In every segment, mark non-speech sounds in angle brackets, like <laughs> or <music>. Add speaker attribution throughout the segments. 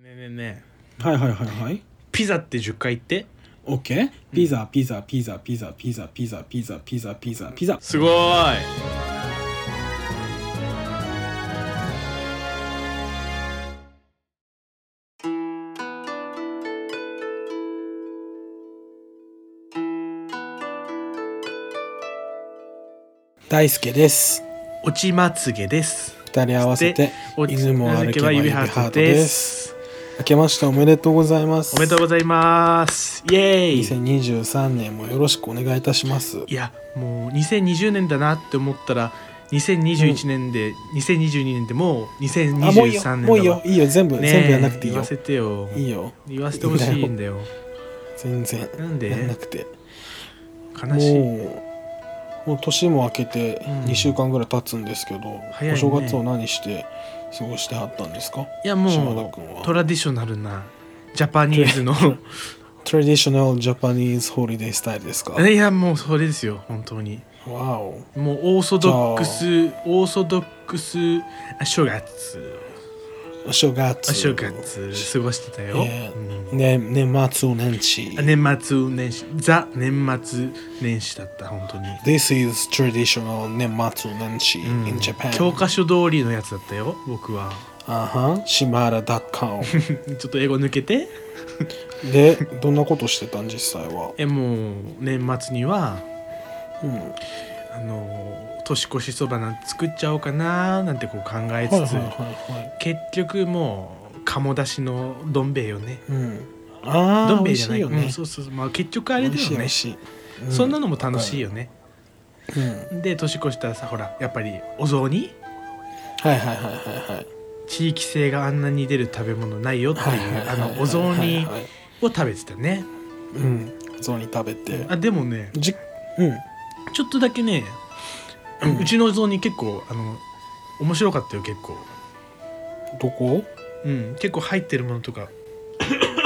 Speaker 1: んね
Speaker 2: はいはいはいはい
Speaker 1: ピザって10回言って
Speaker 2: オッケーピザピザピザピザピザピザピザピザピザピザ
Speaker 1: すごーい
Speaker 2: 大輔です
Speaker 1: 落ちまつげです
Speaker 2: 二人合わせて
Speaker 1: 落ち
Speaker 2: 犬も歩けば指ハートです
Speaker 1: す
Speaker 2: 明けましておめでとうございます
Speaker 1: おめでとうございますイエーイ
Speaker 2: 2023年もよろしくお願いいたします
Speaker 1: いやもう2020年だなって思ったら2021年で、2022年でもう
Speaker 2: あもういいよ
Speaker 1: 2023年だわ
Speaker 2: もういいよいいよ全部、
Speaker 1: ねえ
Speaker 2: 全部やんなくていい
Speaker 1: 言
Speaker 2: よ
Speaker 1: わせてよ
Speaker 2: いいよ
Speaker 1: 言わせてほしいんだよ
Speaker 2: 全然
Speaker 1: なんで
Speaker 2: やんなくて
Speaker 1: 悲しい
Speaker 2: もうもう年も明けて
Speaker 1: うん
Speaker 2: 2週間ぐらい経つんですけど、
Speaker 1: 早いね
Speaker 2: お正月を何して過ごしてはったんですか
Speaker 1: いや
Speaker 2: 島田
Speaker 1: も
Speaker 2: 君
Speaker 1: う
Speaker 2: は
Speaker 1: トラディショナルなジャパニーズ
Speaker 2: <laughs>
Speaker 1: の
Speaker 2: トラディショナルジャパニーズホリデースタイルですか
Speaker 1: いやもうそれですよ本当に
Speaker 2: わお
Speaker 1: もうオーソドックスオーソドックスあ正月
Speaker 2: お正月
Speaker 1: お正月過ごしてたよ、
Speaker 2: えー
Speaker 1: うん
Speaker 2: ね、年末年始
Speaker 1: あ年末年始ザ年末年始だった本当に、
Speaker 2: This is traditional 年末年始
Speaker 1: うん
Speaker 2: in Japan、
Speaker 1: 教科書通りのやつだったよ僕は <laughs>
Speaker 2: あは島原 .com
Speaker 1: ちょっと英語抜けて
Speaker 2: でどんなことしてたん実際は
Speaker 1: えもう年末には
Speaker 2: うん
Speaker 1: あの年越しそばなんて作っちゃおうかななんてこう考えつつ、
Speaker 2: はいはいはいはい。
Speaker 1: 結局もう鴨だしのどん兵衛よね
Speaker 2: うん。ああ、
Speaker 1: どん兵
Speaker 2: 美
Speaker 1: 衛
Speaker 2: 味
Speaker 1: じゃ
Speaker 2: し
Speaker 1: ないい
Speaker 2: よね。
Speaker 1: うんそうそうそうまあ結局あれだよ
Speaker 2: 美
Speaker 1: ね
Speaker 2: 味しい美味しい。
Speaker 1: そんなの
Speaker 2: の。
Speaker 1: も楽しいよね、
Speaker 2: うん。はい
Speaker 1: で年越したらさほらやっぱりお雑煮
Speaker 2: はいはいはいはい。
Speaker 1: 地域性があんなに出る食べ物ないよって
Speaker 2: はい
Speaker 1: い
Speaker 2: はいうは
Speaker 1: あ
Speaker 2: いはい
Speaker 1: のお雑煮
Speaker 2: はいはい
Speaker 1: を食べてたね
Speaker 2: うん。お雑煮食べて。
Speaker 1: あでもね
Speaker 2: じ。うん。
Speaker 1: ちょっとだけね、う
Speaker 2: うん
Speaker 1: ちのお雑煮結構あの面白かったよ結構
Speaker 2: どこ。
Speaker 1: うん結構入ってるものとか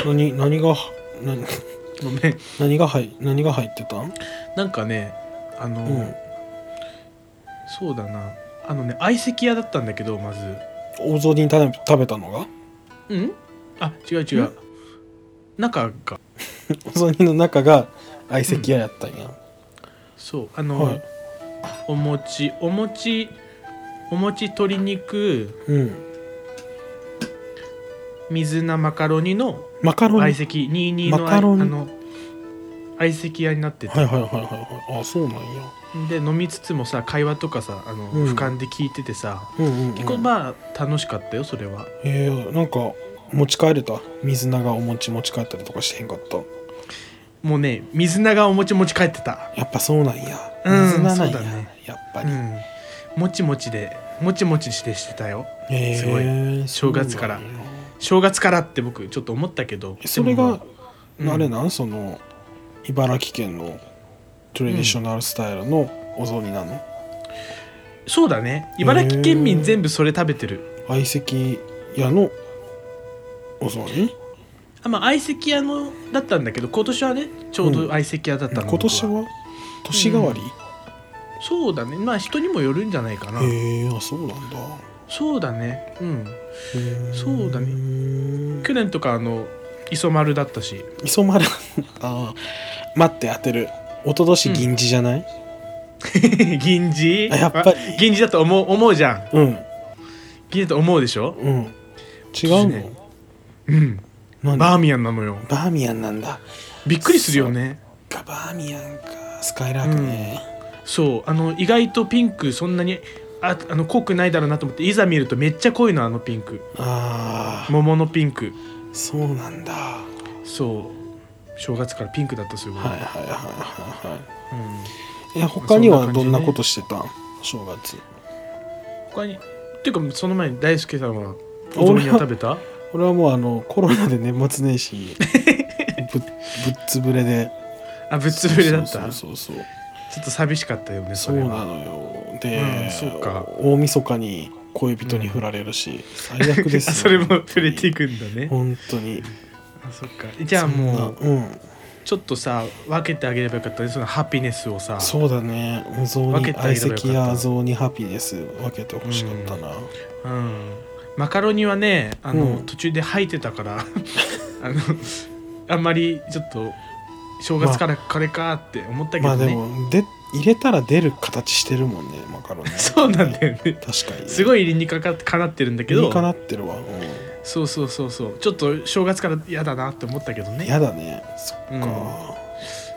Speaker 2: 何、何が。何、
Speaker 1: ごめん
Speaker 2: 何が入、何が入ってたん。
Speaker 1: なんかねあの、
Speaker 2: うん。
Speaker 1: そうだなあのね相席屋だったんだけどまず
Speaker 2: お雑煮食べ、食べたのが。
Speaker 1: うんあ違う違う中が
Speaker 2: お雑煮の中が。相席屋やったんや。
Speaker 1: そうあの、
Speaker 2: はい
Speaker 1: お餅お餅お餅鶏肉
Speaker 2: うん。
Speaker 1: 水菜マカロニの
Speaker 2: マカロニ。は
Speaker 1: 相
Speaker 2: い
Speaker 1: 席22の
Speaker 2: マカロニ
Speaker 1: あの相席屋になってて
Speaker 2: はいはいはいはい。あ、そうなんや。
Speaker 1: で飲みつつもさ会話とかさあの、
Speaker 2: うん
Speaker 1: 俯瞰で聞いててさ
Speaker 2: うんうんうん。
Speaker 1: 結構まあ楽しかったよそれは
Speaker 2: えー、なんか持ち帰れた水菜がお餅持ち帰ったりとかしてへんかった
Speaker 1: もうね水菜がお餅持ち帰ってた
Speaker 2: やっぱそうなんや
Speaker 1: うん
Speaker 2: 水菜な
Speaker 1: そ
Speaker 2: ん
Speaker 1: う
Speaker 2: や、
Speaker 1: だね
Speaker 2: やっぱ
Speaker 1: う
Speaker 2: り、
Speaker 1: んもちもちでもちもちしてしてたよ
Speaker 2: え
Speaker 1: すご
Speaker 2: い
Speaker 1: 正月から正月からって僕ちょっと思ったけど
Speaker 2: それが、
Speaker 1: でも
Speaker 2: あれなんその茨城県のトレディショナルスタイルのお雑煮なの、
Speaker 1: そうだね茨城県民全部それ食べてる、
Speaker 2: 相席屋のお雑煮
Speaker 1: あまあ相席屋のだったんだけど今年はねちょうど相席屋だったの、
Speaker 2: 今年は年替わり、
Speaker 1: そうだねまあ人にもよるんじゃないかな、
Speaker 2: へえあそうなんだ
Speaker 1: そうだねうん
Speaker 2: うん
Speaker 1: そうだね去年とかあの磯丸だったし
Speaker 2: 磯丸ああ待って当てる一昨年銀次じゃない、
Speaker 1: <laughs> 銀次
Speaker 2: あやっぱり
Speaker 1: あ銀次だと思う思うじゃん
Speaker 2: うん
Speaker 1: 銀次だと思うでしょ
Speaker 2: うん違う
Speaker 1: 私
Speaker 2: の、
Speaker 1: ねうん
Speaker 2: 何
Speaker 1: バ
Speaker 2: バ
Speaker 1: ーミヤンなのよ
Speaker 2: ーミヤンなんだ
Speaker 1: びっくりするよね
Speaker 2: かバーミヤンかスカイラークね、
Speaker 1: そうあの意外とピンクそんなにああの濃くないだろうなと思っていざ見るとめっちゃ濃いのあのピンク
Speaker 2: ああ
Speaker 1: 桃のピンク
Speaker 2: そうなんだは
Speaker 1: そう正月からピンクだったすごい、
Speaker 2: いはいはいはいは
Speaker 1: う
Speaker 2: い
Speaker 1: ん、
Speaker 2: え他に
Speaker 1: そんな
Speaker 2: は
Speaker 1: 感じ
Speaker 2: ど
Speaker 1: ね
Speaker 2: んなことしてたん正月
Speaker 1: 他にっていうかその前に大輔さんは
Speaker 2: 俺は
Speaker 1: お雑煮は食べた
Speaker 2: 俺はもうあのコロナで年末年始
Speaker 1: <laughs>
Speaker 2: ぶぶっつぶれで
Speaker 1: あぶっつぶれだった
Speaker 2: そうそうそうそう
Speaker 1: ちょっと寂しかったよね
Speaker 2: そ
Speaker 1: そうれ
Speaker 2: な
Speaker 1: は
Speaker 2: のよで、
Speaker 1: うんそうか
Speaker 2: 大晦日に恋人に振られるし、最悪です
Speaker 1: あ
Speaker 2: よ
Speaker 1: <laughs> それも触れていくんだね
Speaker 2: 本当に
Speaker 1: あそっかじゃあもう
Speaker 2: そんなうん
Speaker 1: ちょっとさ分けてあげればよかったねそのハピネスをさ
Speaker 2: そうだねお雑
Speaker 1: 分
Speaker 2: 煮
Speaker 1: けてあ
Speaker 2: 相
Speaker 1: げればよかった
Speaker 2: 席や雑煮ハピネス分けてほしかったな、
Speaker 1: うんマカロニはねあの、
Speaker 2: うん
Speaker 1: 途中で吐いてたから <laughs> あのあんまりちょっと正月からこれかって思ったけ
Speaker 2: ま
Speaker 1: どね、
Speaker 2: あでもで入れたら出る形してるもんねマカロニ
Speaker 1: <laughs> そうなんだよね
Speaker 2: 確かに
Speaker 1: す
Speaker 2: い
Speaker 1: ごい理にかかってかなってるんだけ
Speaker 2: い
Speaker 1: ど
Speaker 2: いかなってるわ、うん
Speaker 1: そうそうそうそうちょっと正月から嫌だなって思ったけどね
Speaker 2: やだねそっか、
Speaker 1: うん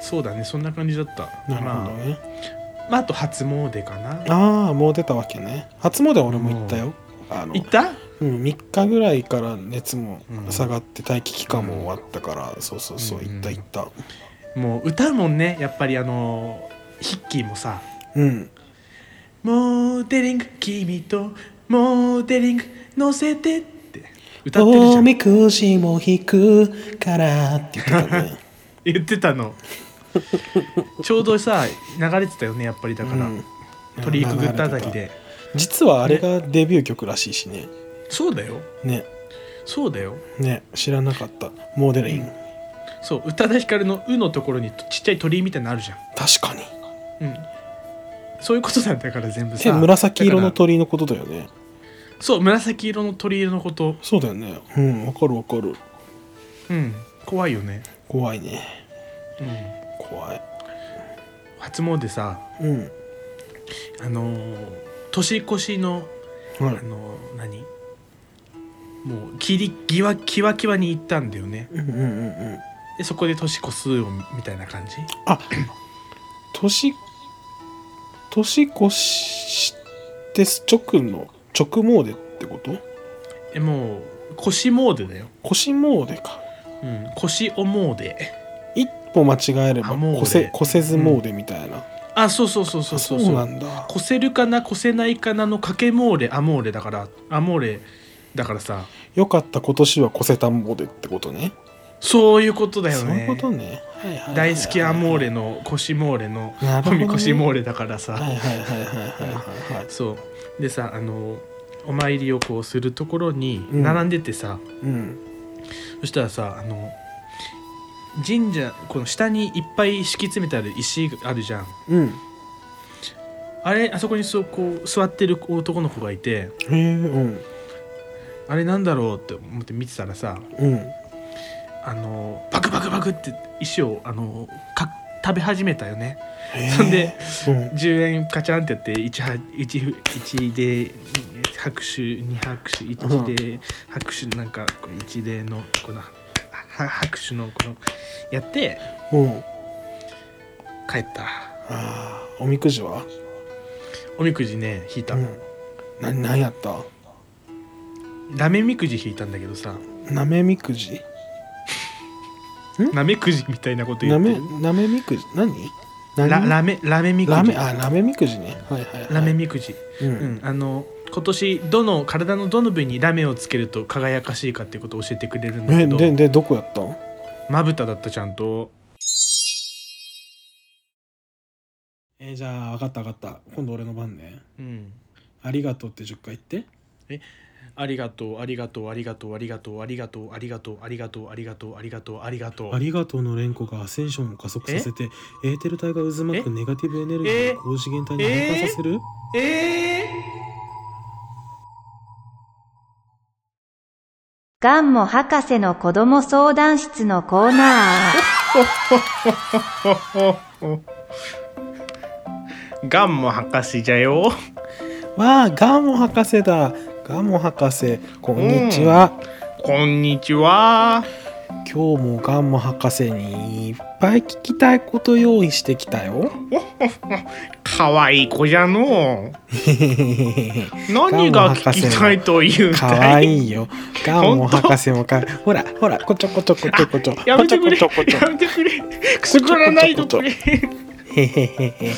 Speaker 1: そうだねそんな感じだった
Speaker 2: なるほどね、
Speaker 1: まあ、まあ、あと初詣かな
Speaker 2: ああもう出たわけね初詣は俺も行ったよあの
Speaker 1: 行った
Speaker 2: うん、3日ぐらいから熱も
Speaker 1: うん
Speaker 2: 下がって待機期間も終わったから、そうそうそう
Speaker 1: うんうん
Speaker 2: 行った行った
Speaker 1: もう歌うもんねやっぱりあのヒッキーもさ
Speaker 2: うん
Speaker 1: 「モーデリング君とモーデリング乗せて」って歌ってるじゃ
Speaker 2: お
Speaker 1: ん
Speaker 2: みくじも引くからって言ってたね
Speaker 1: 言ってた
Speaker 2: <laughs>
Speaker 1: のちょうどさ流れてたよねやっぱりだから、
Speaker 2: うん
Speaker 1: 鳥居くぐったあたりで
Speaker 2: 実はあれがデビュー曲らしいしね
Speaker 1: そうだよ
Speaker 2: ね
Speaker 1: そうだよ
Speaker 2: ね知らなかったモデリング、
Speaker 1: そう宇多田ヒカルの「う」のところにちっちゃい鳥居みたいなのあるじゃん
Speaker 2: 確かに
Speaker 1: うんそういうことなんだから全部
Speaker 2: え
Speaker 1: さ
Speaker 2: 紫色の
Speaker 1: だか
Speaker 2: 鳥のことだよね
Speaker 1: らそう紫色の鳥居のこと
Speaker 2: そうだよねうんわかるわかる
Speaker 1: うん怖いよね
Speaker 2: 怖いね
Speaker 1: うん
Speaker 2: 怖い
Speaker 1: 初詣さ
Speaker 2: うん
Speaker 1: あのー年越しの
Speaker 2: は
Speaker 1: あ
Speaker 2: い
Speaker 1: のー何もうキリギワキワキワに行ったんだよね
Speaker 2: うんうんうんうん
Speaker 1: でそこで年越すよみたいな感じ
Speaker 2: あ年年越して直の直詣ってこと
Speaker 1: えもう腰モーデだよ、
Speaker 2: 腰詣か
Speaker 1: うん、腰おモーデ
Speaker 2: 一歩間違えれば
Speaker 1: あ詣
Speaker 2: 越せ越せず詣みたいな、
Speaker 1: あそうそうそうそ
Speaker 2: そうう
Speaker 1: そ
Speaker 2: そ
Speaker 1: そ
Speaker 2: うう
Speaker 1: う
Speaker 2: なんだ
Speaker 1: 越せるかな越せないかなの掛けモーレアモーレだからアモーレだからさ
Speaker 2: よかった今年は越せた詣ってことね
Speaker 1: そういうことだよ
Speaker 2: そうい
Speaker 1: ね
Speaker 2: うことね、はいはいはいはい
Speaker 1: 大好きアモーレの腰モーレの
Speaker 2: な
Speaker 1: コ
Speaker 2: るほどね
Speaker 1: ミコシモーレだからさ、
Speaker 2: はいはいはいはいはいはいはい
Speaker 1: そうでさあのお参りをこうするところに
Speaker 2: うん
Speaker 1: 並んでてさ、
Speaker 2: うん
Speaker 1: そしたらさあの神社この下にいっぱい敷き詰めてある石があるじゃん
Speaker 2: うん
Speaker 1: あれあそこにそうこう座ってる男の子がいて
Speaker 2: へえうん
Speaker 1: あれなんだろうって思って見てたらさ
Speaker 2: うん
Speaker 1: あのバクバクバクって石をあのか食べ始めたよね
Speaker 2: へえ
Speaker 1: そんで、
Speaker 2: うん、
Speaker 1: 10円カチャンってやって 1, 1, 1で拍手2拍手1で拍手なんかこう1でのこのは拍手のこのやって
Speaker 2: うん、
Speaker 1: 帰った
Speaker 2: あーおみくじは、
Speaker 1: おみくじね引いた、
Speaker 2: うん、な何やった
Speaker 1: ラメみくじ引いたんだけどさ
Speaker 2: なめみくじ
Speaker 1: なめくじみたいなこと
Speaker 2: な
Speaker 1: 言って
Speaker 2: め
Speaker 1: る
Speaker 2: なめみくじ何
Speaker 1: ラ
Speaker 2: 何
Speaker 1: ラメラメみく
Speaker 2: ラ
Speaker 1: じ
Speaker 2: メあなめみくじねはいはい、はい、
Speaker 1: ラメみくじ
Speaker 2: う
Speaker 1: うんん、あの今年どの体のどの部位にラメをつけると輝かしいかっていうことを教えてくれるんだけ
Speaker 2: え
Speaker 1: ど
Speaker 2: ででどこやったん
Speaker 1: まぶただったちゃんと
Speaker 2: えーじゃあ分かった分かった今度俺の番ね
Speaker 1: うん
Speaker 2: ありがとうって10回言って
Speaker 1: ありがとうありがとうありがとうありがとうありがとうありがとうありがとうありがとうありがとうありがとう
Speaker 2: ありがとうの連呼がアセンションを加速させてエーテル体が渦巻くネガティブエネルギーを高次元体に変換させる
Speaker 1: え
Speaker 3: ガンモ博士の子供相談室のコーナー。
Speaker 1: ー、 <laughs> ガンも博士じゃよ
Speaker 2: わあガモ博士だガモ博士こんにちは、
Speaker 1: こんにちは
Speaker 2: 今日もガンモ博士にいっぱい聞きたいこと用意してき
Speaker 1: <laughs>
Speaker 2: たよ
Speaker 1: かわいい子じゃの何
Speaker 2: 何が
Speaker 1: が
Speaker 2: 聞
Speaker 1: 聞
Speaker 2: き
Speaker 1: き
Speaker 2: た
Speaker 1: た
Speaker 2: い
Speaker 1: いというん
Speaker 2: か
Speaker 1: だ
Speaker 2: わ
Speaker 1: い
Speaker 2: いいよ。ガンモ博士もか、ほら、ほら、こちょこちょこちょこちょ。
Speaker 1: やめてくれ
Speaker 2: こちょこちょ <laughs> こ
Speaker 1: やめてくれくすぐらないとくれ
Speaker 2: ちょ。へへへへ。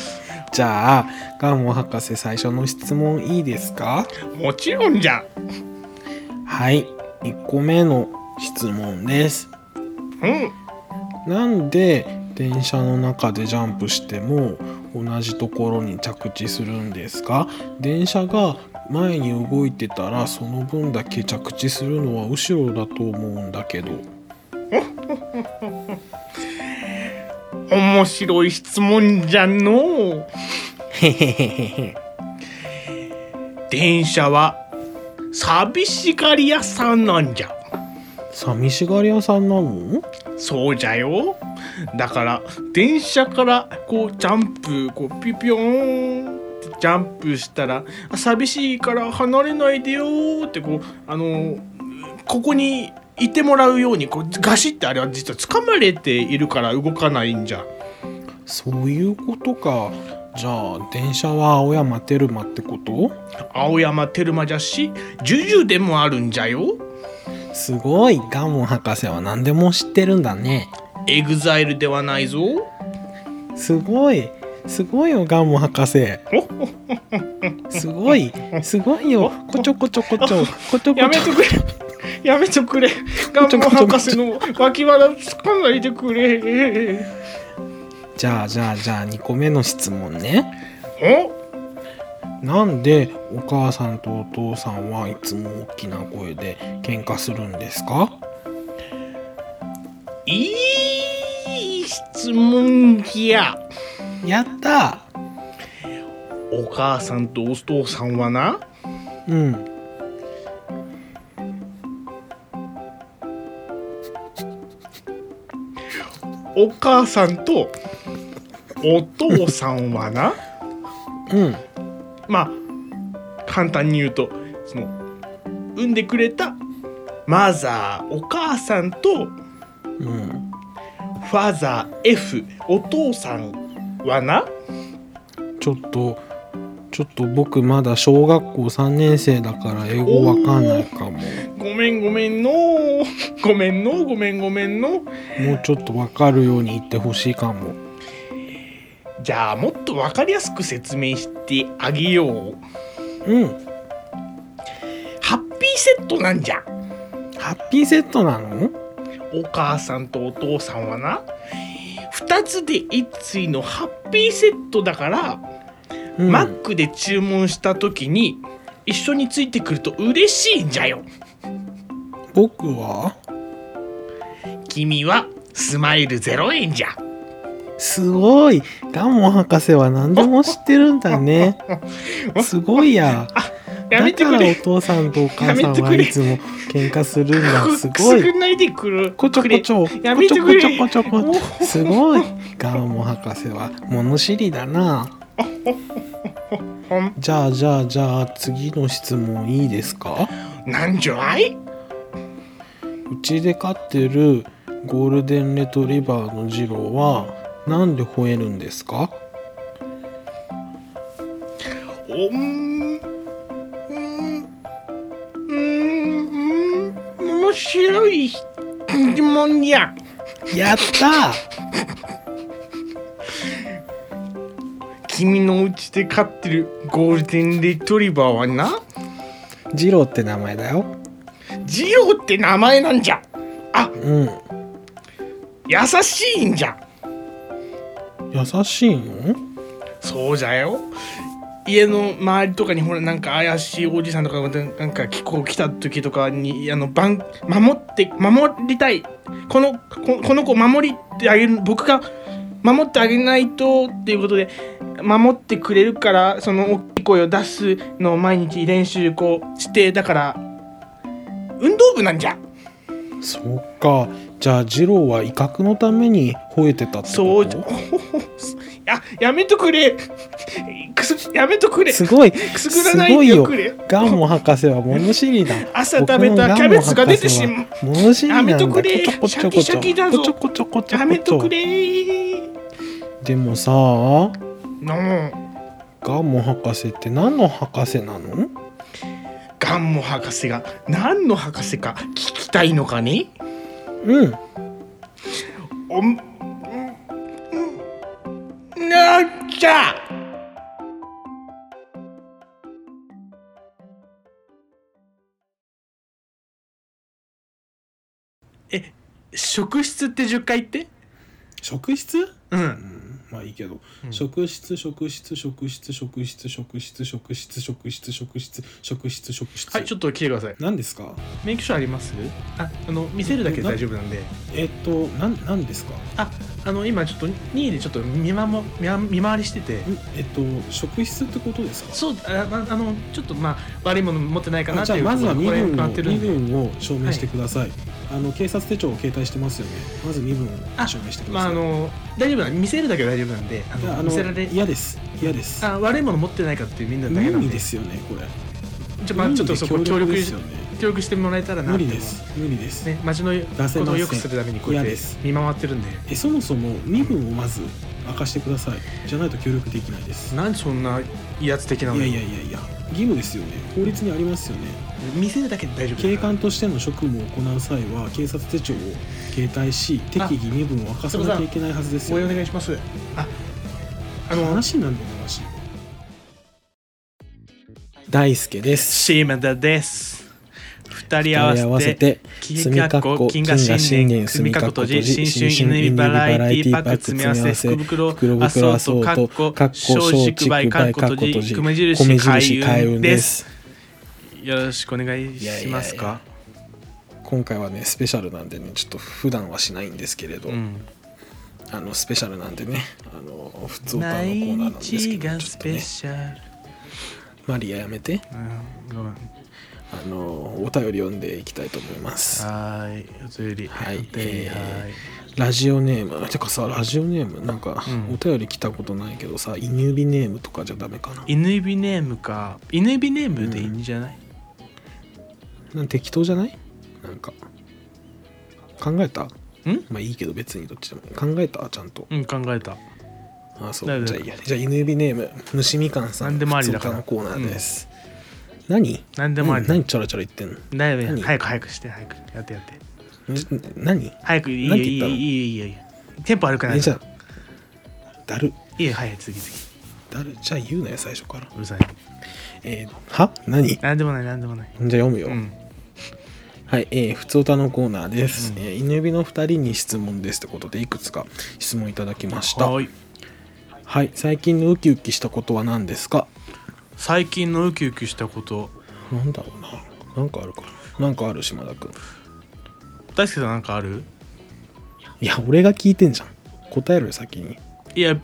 Speaker 2: じゃあ、ガンモ博士最初の質問いいですか
Speaker 1: もちろんじゃ
Speaker 2: はい。1個目の質問です。
Speaker 1: うん
Speaker 2: なんで電車の中でジャンプしても同じところに着地するんですか電車が前に動いてたらその分だけ着地するのは後ろだと思うんだけど。
Speaker 1: 面白い質問じゃの
Speaker 2: へへへへへ。
Speaker 1: 電車は寂しがり屋さんなんじゃ
Speaker 2: 寂しがり屋さんなの
Speaker 1: そうじゃよだから電車からこうジャンプこうピピョーンってジャンプしたら「寂しいから離れないでよ」ってこうあのここにいてもらうようにこうガシッてあれは実は掴まれているから動かないんじゃ
Speaker 2: そういうことかじゃあ電車は青山テルマってこと
Speaker 1: 青山テルマじゃしジュジュでもあるんじゃよ
Speaker 2: すごいガモン博士は何でも知ってるんだね
Speaker 1: エグザイルではないぞ
Speaker 2: すごいすごいよガモン博士すごいすごいよこちょこちょこちょこちょこち
Speaker 1: やめ
Speaker 2: ょ
Speaker 1: てくれ。 <laughs> やめてくれ。ガンモ博士の脇腹つかないでくれ。
Speaker 2: じゃあじゃあじゃあ2個目の質問ね
Speaker 1: お
Speaker 2: なんでお母さんとお父さんはいつも大きな声で喧嘩するんですか
Speaker 1: いい質問じゃ。
Speaker 2: やった
Speaker 1: お母さんとお父さんはな、
Speaker 2: うん
Speaker 1: お母さんとお父さんはな、
Speaker 2: うん
Speaker 1: まあ、簡単に言うと、その、産んでくれたマザー、お母さんと
Speaker 2: うん
Speaker 1: ファザー F、お父さんはな、
Speaker 2: ちょっとちょっと僕まだ小学校3年生だから英語わかんないかも
Speaker 1: ごめんごめんのー <laughs> ごめんのーごめんごめんのー
Speaker 2: もうちょっとわかるように言ってほしいかも
Speaker 1: じゃあもっとわかりやすく説明してあげよう
Speaker 2: うん
Speaker 1: ハッピーセットなんじゃ
Speaker 2: ハッピーセットなの
Speaker 1: お母さんとお父さんはな2つで一対のハッピーセットだから、
Speaker 2: うん
Speaker 1: マックで注文した時に一緒についてくると嬉しいんじゃよ
Speaker 2: 僕は
Speaker 1: 君はスマイル0円じゃ
Speaker 2: すごいガモン博士は何でも知ってるん
Speaker 1: <laughs>
Speaker 2: だねすごいや
Speaker 1: やめ
Speaker 2: だ
Speaker 1: て
Speaker 2: か
Speaker 1: く
Speaker 2: らお
Speaker 1: れ
Speaker 2: 父さんとお母
Speaker 1: や
Speaker 2: さ
Speaker 1: め
Speaker 2: ん
Speaker 1: て
Speaker 2: は
Speaker 1: くれ
Speaker 2: いつも喧嘩するんだす
Speaker 1: く
Speaker 2: ご
Speaker 1: す
Speaker 2: い
Speaker 1: ぐないでくる
Speaker 2: こちょこちょこ
Speaker 1: やめて
Speaker 2: ちょこ
Speaker 1: くれ
Speaker 2: ちょこちょこすごいガモン博士は物知りだな
Speaker 1: ほん
Speaker 2: じゃあじゃあじゃあ次の質問いいですか
Speaker 1: なんじゃいう
Speaker 2: ちで飼ってるゴールデンレトリバーのジローはなんで吠えるんですか
Speaker 1: おんうんうん面白い疑問や
Speaker 2: やった
Speaker 1: 君のうちで飼ってるゴールデンレトリバーはな
Speaker 2: ジローって名前だよ
Speaker 1: ジローって名前なんじゃあ
Speaker 2: うん
Speaker 1: 優しいんじゃ
Speaker 2: 優しいの
Speaker 1: そうじゃよ家の周りとかにほらなんか怪しいおじさんとかがなんか気候来た時とかにあの番守って守りたいこのここの子守ってあげる僕が守ってあげないとっていうことで守ってくれるからその大きい声を出すのを毎日練習こうしてだから運動部なんじゃ
Speaker 2: そっかじゃあジローは威嚇のために吠えてたってこと
Speaker 1: そう
Speaker 2: <laughs>
Speaker 1: じゃ <laughs> ややめとくれくすやめとくれ
Speaker 2: すごい
Speaker 1: く
Speaker 2: す
Speaker 1: すぐらない
Speaker 2: ご
Speaker 1: で
Speaker 2: い
Speaker 1: よ
Speaker 2: よ
Speaker 1: くれ
Speaker 2: ガンモ博士は物知りだ
Speaker 1: <laughs> 朝食べたキャベツが出てしまう
Speaker 2: 僕のガンモ博士は物知りなんだ
Speaker 1: やめとくれ
Speaker 2: こちょこち
Speaker 1: シャ
Speaker 2: ょこちょ
Speaker 1: キシャキだぞ
Speaker 2: こちょこちょこちょこちょ
Speaker 1: やめとくれ
Speaker 2: でもさあ
Speaker 1: の
Speaker 2: ガンモ博士って何の博士なの
Speaker 1: ガンモ博士が何の博士か聞きたいのかね
Speaker 2: うん
Speaker 1: おんんんなんじゃえ職質って10回言って
Speaker 2: 職質
Speaker 1: うん
Speaker 2: まあいいけど、職質職質職質職質職質職質職質職質職質職質
Speaker 1: はいちょっと来てください
Speaker 2: 何ですか
Speaker 1: 免許証ありますああの見せるだけで大丈夫なんで
Speaker 2: えっとなんなんですか
Speaker 1: ああの今ちょっと2位でちょっと見守見回見回りしてて
Speaker 2: えっと職質ってことですか
Speaker 1: そうあああのちょっとまあ悪いもの持ってないかな
Speaker 2: あ
Speaker 1: って
Speaker 2: じゃあ
Speaker 1: いう
Speaker 2: まずは身分
Speaker 1: これ
Speaker 2: を
Speaker 1: 回ってるん
Speaker 2: 身
Speaker 1: で
Speaker 2: 分を証明してください、あの警察手帳を携帯してますよねまず身分を
Speaker 1: あ
Speaker 2: 証明してくだ
Speaker 1: まあ
Speaker 2: さい
Speaker 1: あの大丈夫だ見せるだけは大丈夫なんであ
Speaker 2: いや
Speaker 1: の
Speaker 2: あ
Speaker 1: 見
Speaker 2: の
Speaker 1: せられ
Speaker 2: 嫌です嫌です
Speaker 1: あ悪いもの持ってないかっていうみんなだけな
Speaker 2: 無
Speaker 1: ん
Speaker 2: 理
Speaker 1: で
Speaker 2: ですよねこれ
Speaker 1: ちょ,、まあ、ちょっとそこ
Speaker 2: 無理で
Speaker 1: 協力
Speaker 2: で
Speaker 1: し
Speaker 2: すよね
Speaker 1: 協力してもらえたらな
Speaker 2: 無
Speaker 1: って
Speaker 2: 理です無理です、
Speaker 1: ね街の
Speaker 2: せ
Speaker 1: こと
Speaker 2: ま
Speaker 1: を
Speaker 2: せん
Speaker 1: 良くするためにこうやっ
Speaker 2: 嫌
Speaker 1: て
Speaker 2: です
Speaker 1: 見回ってるんで
Speaker 2: えそもそも身分をまず明かしてくださいじゃないと協力できないですい
Speaker 1: なんでそんな威圧的な
Speaker 2: や
Speaker 1: の
Speaker 2: い
Speaker 1: よ
Speaker 2: やいやいや義務ですよね法律にありますよね
Speaker 1: 見せるだけで大丈夫だから
Speaker 2: 警官としての職務を行う際は警察手帳を携帯し適宜身分を明かさなきゃいけないはずです
Speaker 1: 応
Speaker 2: よ、
Speaker 1: 援お
Speaker 2: ね、
Speaker 1: 願いしますああの
Speaker 2: 話になんだよ話大輔です
Speaker 1: 島田です二人合わせて
Speaker 2: 住みかっこ金河新年住みかっこ閉じ新春犬指バラエティパック詰め合わせ福袋アソートかっこかっこ小畜梅かっこ閉じ米印開運です
Speaker 1: よろしくお願いしますか
Speaker 2: 今回はねスペシャルなんでねちょっと普段はしないんですけれど、
Speaker 1: うん
Speaker 2: あのスペシャルなんでねあの普通歌のコ
Speaker 1: 毎
Speaker 2: ーナーなんですけ
Speaker 1: 日
Speaker 2: ど
Speaker 1: が
Speaker 2: ちょ
Speaker 1: ス
Speaker 2: っと
Speaker 1: ペ
Speaker 2: ね
Speaker 1: シャル
Speaker 2: マリアやめて
Speaker 1: うんごめん
Speaker 2: あのお便り読んでいきたいと思います
Speaker 1: はーいお便り
Speaker 2: はい
Speaker 1: お便り
Speaker 2: え
Speaker 1: は
Speaker 2: ー
Speaker 1: ーい
Speaker 2: ラジオネームてかさラジオネームなんか
Speaker 1: うん
Speaker 2: お便り来たことないけどさ、犬指ネームとかじゃダメかな
Speaker 1: 犬指ネームか犬指ネームでいいんじゃない、
Speaker 2: なん適当じゃないなんか考えた
Speaker 1: うん
Speaker 2: まあいいけど別にどっちでも考えたちゃんと
Speaker 1: うん考えた
Speaker 2: あそ
Speaker 1: な
Speaker 2: う
Speaker 1: る
Speaker 2: じ
Speaker 1: ほ
Speaker 2: ゃ
Speaker 1: ど
Speaker 2: あいいやじゃあ犬指ネーム虫みかんさん
Speaker 1: なんでもありだから
Speaker 2: 普通歌のコーナーです、何
Speaker 1: なんでもあり
Speaker 2: 何何チャラチャラ言ってんの
Speaker 1: だよ
Speaker 2: 何
Speaker 1: ね早く早くして早くやってやって
Speaker 2: じ何
Speaker 1: 早くいいよ
Speaker 2: なん
Speaker 1: い
Speaker 2: て
Speaker 1: い
Speaker 2: 言っ
Speaker 1: よ
Speaker 2: たの
Speaker 1: いいよいいよいいよテンポ悪くない
Speaker 2: えじゃ
Speaker 1: か
Speaker 2: あだる
Speaker 1: らいいよ早い次次
Speaker 2: だるじゃあ言うなよ最初から
Speaker 1: うるさい
Speaker 2: えーは何じゃ
Speaker 1: なんでもないなんでもない
Speaker 2: あ読むよ、
Speaker 1: うん
Speaker 2: はい、えー、普通歌のコーナーです、
Speaker 1: うん
Speaker 2: えー犬指の2人に質問ですってことでいくつか質問いただきました
Speaker 1: はーい
Speaker 2: はい最近のウキウキしたことは何ですか
Speaker 1: 最近のウキウキしたこと
Speaker 2: なんだろうななんかあるかななんかある島田君
Speaker 1: 大輔さんなんかある
Speaker 2: いや俺が聞いてんじゃん答えろよ先に
Speaker 1: いや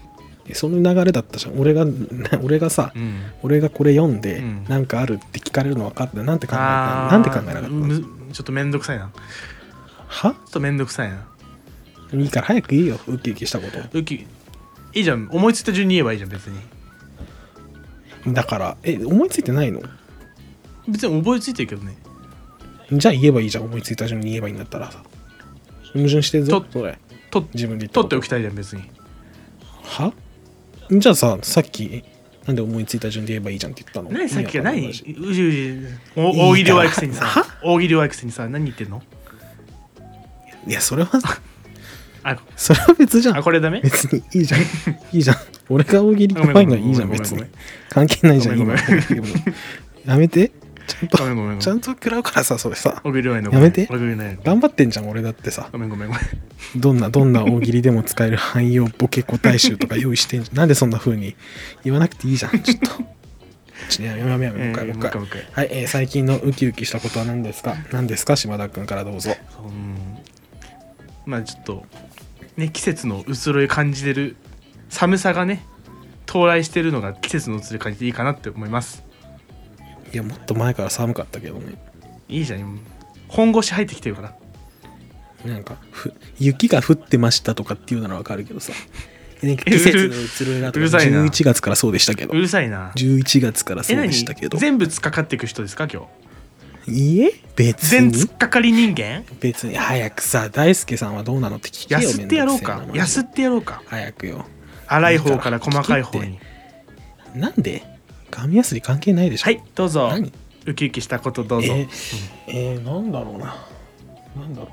Speaker 2: えその流れだったじゃん俺が <laughs> な俺がさ、
Speaker 1: うん
Speaker 2: 俺がこれ読んで、
Speaker 1: うん
Speaker 2: なんかあるって聞かれるの分かってなんて考えた
Speaker 1: あー
Speaker 2: なんて考えなかったの
Speaker 1: むちょっとめんどくさいなちょ
Speaker 2: は
Speaker 1: っとめんどくさいない
Speaker 2: いから早くいいよウキウキしたこ
Speaker 1: ウキいいじゃん思いついた順に言えばいいじゃん別に
Speaker 2: とだからえ思いついてないの
Speaker 1: 別に覚えついてるけどね
Speaker 2: じゃあ言えばいいじゃん思いついた順に言えばいいんだったらさ矛盾してるぞ
Speaker 1: と
Speaker 2: それ
Speaker 1: と
Speaker 2: 自分で言った
Speaker 1: 取っ
Speaker 2: こと
Speaker 1: ておきたいじゃん別に
Speaker 2: はじゃあささっきなんで思いついた順で言えばいいじゃんって言ったの
Speaker 1: 何さっきが
Speaker 2: 意
Speaker 1: 何う
Speaker 2: 味
Speaker 1: じうじお大喜利弱いくせにさ
Speaker 2: は
Speaker 1: 大喜利弱いくせにさ何言ってんの
Speaker 2: わかんないいやそれは <laughs>
Speaker 1: あ
Speaker 2: それは別じゃ
Speaker 1: あ
Speaker 2: ん
Speaker 1: これダメ
Speaker 2: 別にいいじゃん <laughs> いいじゃん俺が大喜利怖いのはいいじゃん
Speaker 1: ごめん
Speaker 2: 別
Speaker 1: ごめんごめん
Speaker 2: に関係ないじゃん
Speaker 1: ごめん
Speaker 2: 今
Speaker 1: ごめん
Speaker 2: やめてちゃんと
Speaker 1: ごめんごめんごめん
Speaker 2: ちゃんと食らうからさそれさ
Speaker 1: 大喜利弱いの
Speaker 2: やめて
Speaker 1: ごめん大喜利弱いの
Speaker 2: 頑張ってんじゃん俺だってさ
Speaker 1: ごめんごめんごめん
Speaker 2: どんなどんな大喜利でも使える汎用ボケ答え集とか用意し
Speaker 1: <laughs>
Speaker 2: てんじゃんなんでそんな風に言わなくていいじゃんちょっとちょっとやめやめやめもう一回
Speaker 1: えー
Speaker 2: もう一回
Speaker 1: もう一回もう一
Speaker 2: はい、えー最近のウキウキしたことは何ですか何ですか島田君からどうぞ
Speaker 1: そううんまあちょっとね季節の移ろい感じてる寒さがね到来してるのが季節の移ろい感じていいかなって思います
Speaker 2: いやもっと前から寒かったけどね
Speaker 1: いいじゃん今本腰入ってきてるから
Speaker 2: なんかふ雪が降ってましたとかっていうならわかるけ
Speaker 1: <laughs>
Speaker 2: どさなんか
Speaker 1: えう
Speaker 2: 季
Speaker 1: る
Speaker 2: 節の移ろいがとか
Speaker 1: うるさいな
Speaker 2: 11月からそうでしたけど
Speaker 1: うるさいな
Speaker 2: 11月からそうでしたけど
Speaker 1: 全部突っかかっていく人ですか今日
Speaker 2: いいえ別
Speaker 1: 全
Speaker 2: に
Speaker 1: 突っかかり人間
Speaker 2: 別に早くさ大輔さんはどうなのって聞けよ
Speaker 1: やすってやろう
Speaker 2: め
Speaker 1: か
Speaker 2: んどくせえなマジで
Speaker 1: やすってやろうか
Speaker 2: 早くよ
Speaker 1: 粗い方から細かい方
Speaker 2: いい
Speaker 1: に
Speaker 2: なんで紙やすり関係ないでしょ
Speaker 1: はいどうぞ
Speaker 2: 何
Speaker 1: ウキウキしたことどう
Speaker 2: え
Speaker 1: ぞ、
Speaker 2: ーえーなんだろうななんだろ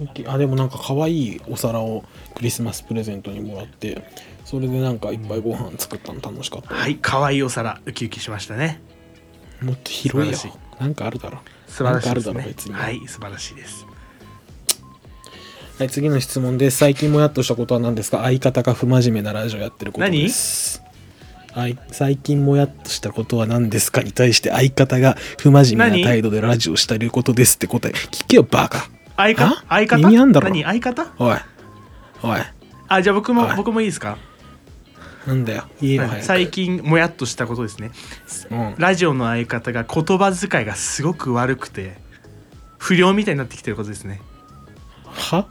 Speaker 2: うな
Speaker 1: うん
Speaker 2: あでもなんか可愛いお皿をクリスマスプレゼントにもらってそれでなんかいっぱいご飯作ったの楽しかった、
Speaker 1: はい可愛いお皿ウキウキしましたね
Speaker 2: もっと広いよ
Speaker 1: 素晴らし
Speaker 2: なんかあるだろ
Speaker 1: 素晴らしいです
Speaker 2: なんかあるだ
Speaker 1: ね
Speaker 2: ろ別に
Speaker 1: はい素晴らしいです
Speaker 2: はい次の質問です最近もやっとしたことは何ですか相方が不真面目なラジオやってることですはい、最近もやっとしたことは何ですかに対して相方が不真面目
Speaker 1: 何
Speaker 2: な態度でラジオしたることですって答え聞けよバカ
Speaker 1: 相方
Speaker 2: あ
Speaker 1: 相方
Speaker 2: 耳あんだろ
Speaker 1: 何相方
Speaker 2: おいおい
Speaker 1: あじゃあ僕も
Speaker 2: はい
Speaker 1: 僕もいいですか、
Speaker 2: なんだよ言えば
Speaker 1: はい
Speaker 2: 早く
Speaker 1: 最近もやっとしたことですね
Speaker 2: うん
Speaker 1: ラジオの相方が言葉遣いがすごく悪くて不良みたいになってきてることですね
Speaker 2: は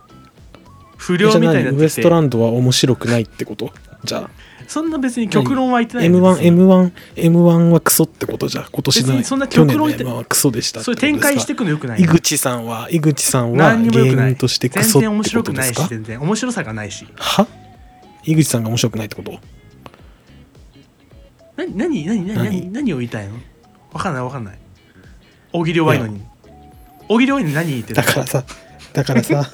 Speaker 1: 不
Speaker 2: じゃ
Speaker 1: 良
Speaker 2: あ
Speaker 1: みたいに
Speaker 2: 何
Speaker 1: なっ
Speaker 2: ウ
Speaker 1: て
Speaker 2: エ
Speaker 1: き
Speaker 2: スト
Speaker 1: て
Speaker 2: ランドは面白くないってことじゃ
Speaker 1: そんな別に極論は言って
Speaker 2: あ
Speaker 1: ないん
Speaker 2: m
Speaker 1: です
Speaker 2: 1
Speaker 1: よ
Speaker 2: m 1 m 1はクソってことじゃん今年
Speaker 1: 別
Speaker 2: の
Speaker 1: にそんな
Speaker 2: 去
Speaker 1: 極
Speaker 2: 年
Speaker 1: 論言
Speaker 2: の
Speaker 1: って
Speaker 2: m 1はクソでしたって
Speaker 1: それ
Speaker 2: ことです
Speaker 1: 展
Speaker 2: か
Speaker 1: 開していくのよくない
Speaker 2: 井口さんは井口さんは
Speaker 1: 何にもよ
Speaker 2: 芸
Speaker 1: くない
Speaker 2: 人としてクソっ
Speaker 1: 全然面
Speaker 2: てこ
Speaker 1: 白
Speaker 2: と
Speaker 1: く
Speaker 2: で
Speaker 1: な
Speaker 2: す
Speaker 1: いし
Speaker 2: か
Speaker 1: 全然面白さがないし
Speaker 2: は井口さんが面白くないってこと
Speaker 1: な何何何
Speaker 2: 何
Speaker 1: 何何を言いたいのわかんないわかんない大喜利弱いのに大喜利弱いのに何言ってた
Speaker 2: だからさだか
Speaker 1: <laughs>
Speaker 2: らさ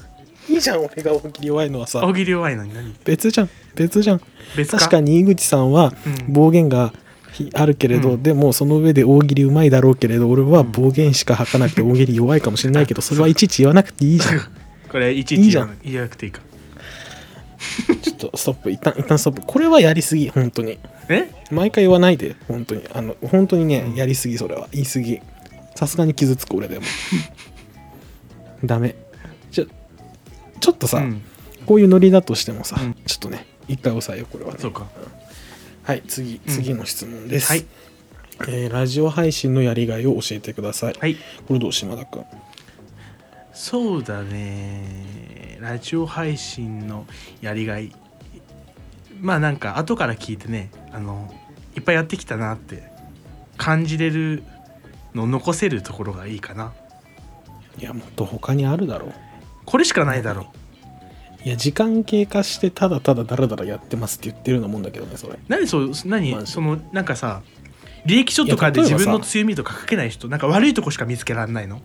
Speaker 2: いいじゃん俺が大喜利弱いのはさ
Speaker 1: 大喜利弱いのに何
Speaker 2: 別じゃん別じゃん
Speaker 1: 別か
Speaker 2: 確かに井口さんは
Speaker 1: うん
Speaker 2: 暴言がひあるけれど、
Speaker 1: うん
Speaker 2: でもその上で大喜利うまいだろうけれど俺は暴言しか吐かなくて大喜利弱いかもしれないけどそれはいちいち言わなくてい
Speaker 1: <laughs>
Speaker 2: いじゃん
Speaker 1: これいち
Speaker 2: いい
Speaker 1: い
Speaker 2: じ
Speaker 1: ち
Speaker 2: ゃん
Speaker 1: 言わなくていいか
Speaker 2: ちょっとストップ一旦一旦ストップこれはやりすぎ本当に
Speaker 1: え
Speaker 2: 毎回言わないで本当にあの本当にねやりすぎそれは言いすぎさすがに傷つく俺でも <laughs> ダメちょちょっとさ、
Speaker 1: うん
Speaker 2: こういうノリだとしてもさ、
Speaker 1: うん
Speaker 2: ちょっとね一回押さえようこれはね
Speaker 1: そうか
Speaker 2: はい
Speaker 1: う
Speaker 2: 次
Speaker 1: ん
Speaker 2: 次の質問です、
Speaker 1: はい
Speaker 2: えーラジオ配信のやりがいを教えてください、
Speaker 1: はい
Speaker 2: これどう島田君
Speaker 1: そうだねラジオ配信のやりがいまあなんか後から聞いてねあのいっぱいやってきたなって感じれるの残せるところがいいかない
Speaker 2: やもっと他にあるだろう
Speaker 1: これしかないだろう
Speaker 2: いや時間経過してただただだらだらやってますって言ってるようなもんだけどねそれ
Speaker 1: 何そう
Speaker 2: マ
Speaker 1: 何
Speaker 2: ジ
Speaker 1: そのなんかさ履歴書とかで
Speaker 2: いや
Speaker 1: 自
Speaker 2: 例えばさ
Speaker 1: 分の強みとか書けない人なんか悪いとこしか見つけられないの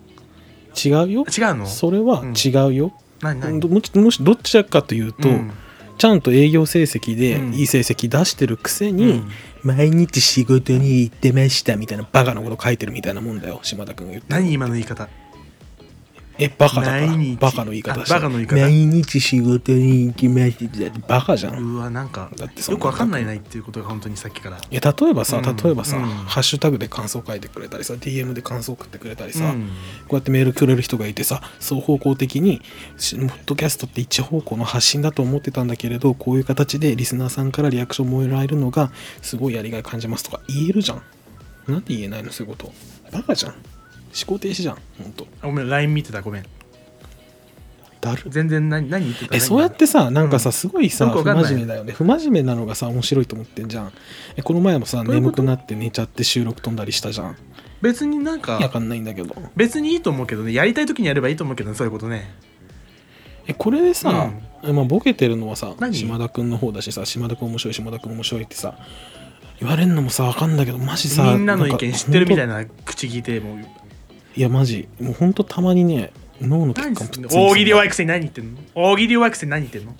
Speaker 2: 違うよ
Speaker 1: 違うの
Speaker 2: それは違うよ、
Speaker 1: 何何
Speaker 2: どもしもしどっちかというと、
Speaker 1: うん
Speaker 2: ちゃんと営業成績で
Speaker 1: うん
Speaker 2: いい成績出してるくせに、
Speaker 1: うん
Speaker 2: 毎日仕事に行ってましたみたいなバカなこと書いてるみたいなもんだよ島田君が言ってる
Speaker 1: 何今の言い方
Speaker 2: えバカだから
Speaker 1: 毎日
Speaker 2: バカの言い方して
Speaker 1: あバカの言い方
Speaker 2: 毎日仕事に行きましてだってバカじゃん、いう
Speaker 1: わなんか
Speaker 2: だってそん
Speaker 1: よ
Speaker 2: な
Speaker 1: くわかんないないっていうことが本当にさっきから
Speaker 2: や例えばさ
Speaker 1: うん
Speaker 2: 例えばさ、
Speaker 1: うん
Speaker 2: ハッシュタグで感想書いてくれたりさ DM で感想送ってくれたりさ、
Speaker 1: うん
Speaker 2: こうやってメールくれる人がいてさ双方向的にしポッドキャストって一方向の発信だと思ってたんだけれどこういう形でリスナーさんからリアクションもらえるのがすごいやりがい感じますとか言えるじゃんなんで言えないのそういうことバカじゃん思考停止じゃんほんと
Speaker 1: あごめん LINE 見てたごめん
Speaker 2: だる
Speaker 1: 全然何何言ってた
Speaker 2: え
Speaker 1: 何
Speaker 2: そうやってさなんかさ
Speaker 1: うん
Speaker 2: すごいさ、
Speaker 1: よく
Speaker 2: 不
Speaker 1: わかんない
Speaker 2: 真面目だよね不真面目なのがさ面白いと思ってんじゃんえこの前もさ
Speaker 1: どういうこ
Speaker 2: 眠
Speaker 1: と
Speaker 2: くなって寝ちゃって収録飛んだりしたじゃん
Speaker 1: 別になん
Speaker 2: わ
Speaker 1: か
Speaker 2: かんないんだけど
Speaker 1: 別にいいと思うけどねやりたい時にやればいいと思うけどねそういうことね
Speaker 2: えこれでさ、えまあ、ボケてるのはさ
Speaker 1: 何
Speaker 2: 島田君の方だしさ島田君面白い島田君面白いってさ言われんのもさわかんだけどマジさ
Speaker 1: みんなの意見知ってるみたい
Speaker 2: な
Speaker 1: な口聞いてもう
Speaker 2: んかいやマジもうほんとたまにね脳の血
Speaker 1: 何
Speaker 2: 管
Speaker 1: すんの大喜利
Speaker 2: は
Speaker 1: 弱いくせに何言ってんの大喜利弱いくせに何言ってんの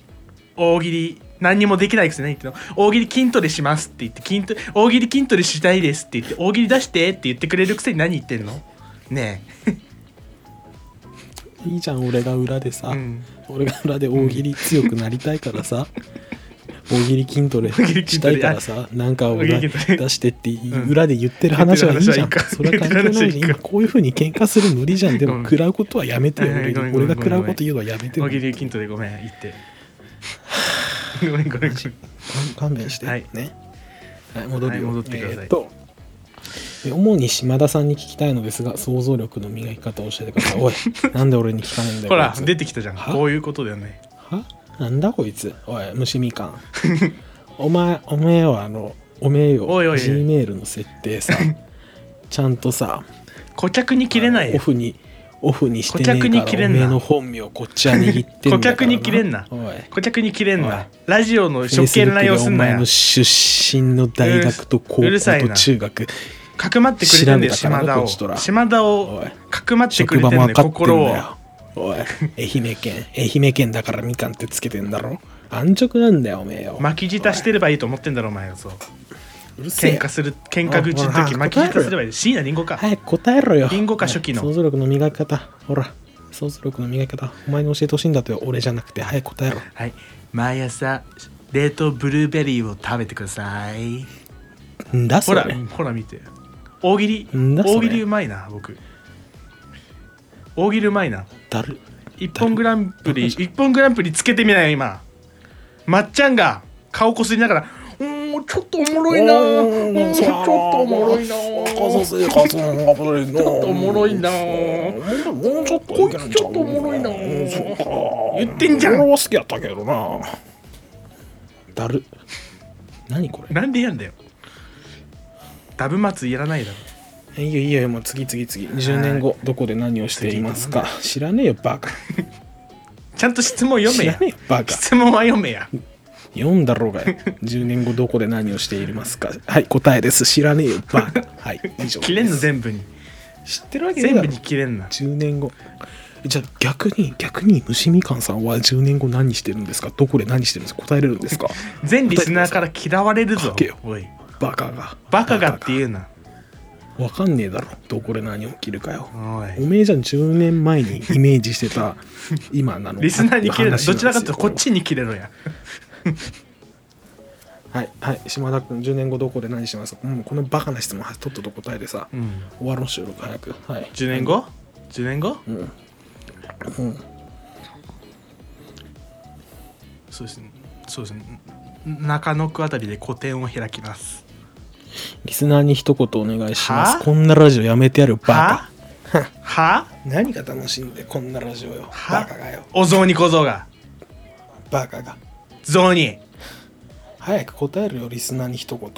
Speaker 1: 大喜利何にもできないくせに何言ってんの大喜利筋トレしますって言って筋トレ大喜利筋トレしたいですって言って大喜利出してって言ってくれるくせに何言ってんのね
Speaker 2: いいじゃん俺が裏でさ、
Speaker 1: え、うん、
Speaker 2: 俺が裏で大喜利強くなりたいからさ、大喜利筋トレ
Speaker 1: 大喜利筋
Speaker 2: した
Speaker 1: トレ
Speaker 2: いからさなんか
Speaker 1: 大
Speaker 2: 裏
Speaker 1: 喜利筋トレ
Speaker 2: 出してってい
Speaker 1: うん
Speaker 2: 裏で言ってる話はいいじゃ
Speaker 1: 言
Speaker 2: ん
Speaker 1: ってる話はいいか
Speaker 2: それは関係な
Speaker 1: 言
Speaker 2: い
Speaker 1: ってる話はい
Speaker 2: し
Speaker 1: いか
Speaker 2: 今こういうふうに喧嘩する無理じゃんで
Speaker 1: う
Speaker 2: も
Speaker 1: ん
Speaker 2: 食らうことはやめてよ
Speaker 1: はいはい
Speaker 2: 俺
Speaker 1: ごめん
Speaker 2: 俺が
Speaker 1: ごめん
Speaker 2: 食らうこと言うのはやめてよ
Speaker 1: 大喜利筋トレごめん言ってごめんごめんごめん
Speaker 2: 勘弁して、
Speaker 1: はい
Speaker 2: ね、はい、戻るよ、
Speaker 1: はい戻ってください
Speaker 2: えーとえ主に島田さんに聞きたいのですが想像力の磨き方を教えてくだ
Speaker 1: <laughs>
Speaker 2: さいおいなんで俺に聞かないんだよ
Speaker 1: ほら
Speaker 2: こいつ
Speaker 1: 出てきたじゃん
Speaker 2: は
Speaker 1: こういうことだよね
Speaker 2: はなんだこいつおい虫みかんお前おめえはあのおめえよ
Speaker 1: おいおいおい
Speaker 2: G メールの設
Speaker 1: <laughs>
Speaker 2: 定さちゃんとさ
Speaker 1: 顧客に切れない
Speaker 2: オ
Speaker 1: よ
Speaker 2: フにオフにしてねえ
Speaker 1: 顧客
Speaker 2: か
Speaker 1: に
Speaker 2: らお
Speaker 1: 切れんな
Speaker 2: めえの本名こっちは握ってんだから
Speaker 1: <laughs> 顧客に切れんな
Speaker 2: おい
Speaker 1: 顧客に切れん
Speaker 2: おい
Speaker 1: なラジオの食系の内容すんな
Speaker 2: お前
Speaker 1: や
Speaker 2: の出身の大学と高校
Speaker 1: うるさい
Speaker 2: と
Speaker 1: な
Speaker 2: 中学
Speaker 1: かくまってくれてんだよ
Speaker 2: 調べ
Speaker 1: 島
Speaker 2: たから
Speaker 1: 田
Speaker 2: こ
Speaker 1: を
Speaker 2: っちとら
Speaker 1: 島田
Speaker 2: お
Speaker 1: を
Speaker 2: い
Speaker 1: かくまってく
Speaker 2: 職
Speaker 1: れて
Speaker 2: 場
Speaker 1: ん
Speaker 2: も
Speaker 1: だよ
Speaker 2: 分かってん
Speaker 1: 心を
Speaker 2: だよおい愛媛県愛媛県だからみかんってつけてんだろ安直なんだよおめえよ
Speaker 1: 巻き舌してればいいと思ってんだろお前はそう
Speaker 2: うるせえ
Speaker 1: 喧
Speaker 2: よ
Speaker 1: 嘩する喧嘩口の
Speaker 2: おいお
Speaker 1: 時
Speaker 2: い
Speaker 1: 巻き舌すればいい椎名林檎か、
Speaker 2: 早く答えろよ。
Speaker 1: リンゴか初期の
Speaker 2: 想像力の磨き方。ほら、想像力の磨き方。お前に教えてほしいんだとよ。俺じゃなくて、早く答えろ。
Speaker 1: はい、毎朝冷凍ブルーベリーを食べてください
Speaker 2: んだ
Speaker 1: ほ
Speaker 2: そ
Speaker 1: ら
Speaker 2: れ。
Speaker 1: ほら見て大喜利
Speaker 2: んだそれ
Speaker 1: 大喜利うまいな僕大喜利うまいな
Speaker 2: だる。 <laughs>
Speaker 1: 一本グランプリ一本グランプリつけてみなよ今まっちゃんが顔こすりながら「うーんちょっとおもろいな
Speaker 2: お
Speaker 1: ーう
Speaker 2: ー
Speaker 1: ーんちょっとおもろいな
Speaker 2: そう
Speaker 1: ー
Speaker 2: そうそうそうそう
Speaker 1: ちょっとおもろいな
Speaker 2: もうちょっといける
Speaker 1: こ
Speaker 2: んちゃう
Speaker 1: いつちょっとおもろいな
Speaker 2: うんそうか
Speaker 1: 言ってんじゃん
Speaker 2: 俺は好きやったけどなだる何こ
Speaker 1: なんでやんだよダブ松やらないだろ
Speaker 2: れいいよいいよもう次次次20年後どこで何をしていますか知らねえよバカ
Speaker 1: ちゃんと質問読め
Speaker 2: 知ら
Speaker 1: や
Speaker 2: ねえよバカ
Speaker 1: 質問は読めや
Speaker 2: 読んだろうがよ10年後どこで何をしていますかはい答えです知らねえよバカはい以上
Speaker 1: <laughs> 切れんの全部に
Speaker 2: 知ってるわけねえ
Speaker 1: 全
Speaker 2: だ
Speaker 1: 部
Speaker 2: ろ
Speaker 1: に切れんな
Speaker 2: 10年後じゃあ逆に逆に虫みかんさんは10年後何してるんですかどこで何してるんですか答えれるん
Speaker 1: <laughs>
Speaker 2: ですか
Speaker 1: 全リスナーから嫌われる
Speaker 2: 書
Speaker 1: ぞ
Speaker 2: けよ
Speaker 1: おい
Speaker 2: バカが
Speaker 1: バカがって言うな
Speaker 2: わかんねえだろどこで何起きるかよ
Speaker 1: お
Speaker 2: お
Speaker 1: い
Speaker 2: めえじゃん10年前にイメージし
Speaker 1: <laughs>
Speaker 2: てた今なの
Speaker 1: リスナーに切れな
Speaker 2: ない
Speaker 1: どちらかというとこっちに切れろや
Speaker 2: はいはい島田君10年後どこで何してますか、うん、このバカな質問はとっとと答えてさ、
Speaker 1: うん
Speaker 2: 終わろう収録早くはい
Speaker 1: 10年後10年後
Speaker 2: うん、うん、
Speaker 1: そうですねそうですね中野区あたりで個展を開きます
Speaker 2: リスナーに一言お願いしま
Speaker 1: は
Speaker 2: すこんなラジオやめてやるバカ
Speaker 1: はは
Speaker 2: 何が楽しいんでこんなラジオよ
Speaker 1: は
Speaker 2: バカがよ
Speaker 1: お雑煮小僧が
Speaker 2: バカが
Speaker 1: 雑煮
Speaker 2: 早く答えるよリスナーに一言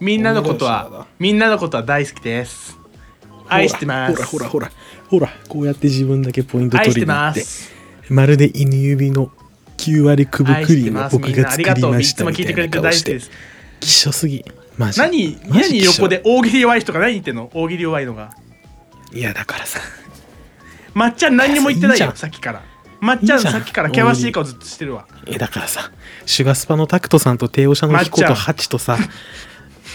Speaker 1: みんなのこと
Speaker 2: お願いしま
Speaker 1: は
Speaker 2: す
Speaker 1: みんなのことは大好きです愛してます
Speaker 2: ほらほらほらほらこうやって自分だけポイント取
Speaker 1: 愛し
Speaker 2: り
Speaker 1: て
Speaker 2: に行っ
Speaker 1: ま
Speaker 2: て
Speaker 1: す
Speaker 2: まるで犬指の9割くぶ
Speaker 1: 愛
Speaker 2: く
Speaker 1: し
Speaker 2: り
Speaker 1: て
Speaker 2: を
Speaker 1: ますみ
Speaker 2: 僕
Speaker 1: んな
Speaker 2: が
Speaker 1: あ
Speaker 2: 作
Speaker 1: り
Speaker 2: り
Speaker 1: がとう
Speaker 2: ま
Speaker 1: い
Speaker 2: し
Speaker 1: つ
Speaker 2: た
Speaker 1: も
Speaker 2: み
Speaker 1: 聞い
Speaker 2: た
Speaker 1: て
Speaker 2: い
Speaker 1: くれ
Speaker 2: な
Speaker 1: て
Speaker 2: 顔
Speaker 1: 大
Speaker 2: し
Speaker 1: 好きで
Speaker 2: て
Speaker 1: す
Speaker 2: 希少すぎマジ
Speaker 1: 何
Speaker 2: マ
Speaker 1: 何
Speaker 2: ジ希少
Speaker 1: 横で大喜利弱い人が何言ってんの大喜利弱いのが
Speaker 2: いやだからさ
Speaker 1: まっちゃん何にも言ってない
Speaker 2: いいじゃ
Speaker 1: よ
Speaker 2: ん
Speaker 1: さっきからまっちゃ
Speaker 2: いい
Speaker 1: ん
Speaker 2: じゃん
Speaker 1: さっきから険しい顔ずっとしてるわ
Speaker 2: えだからさシュガスパのタクトさんと帝王社のヒコ
Speaker 1: ま
Speaker 2: と
Speaker 1: っちゃん
Speaker 2: ハチとさ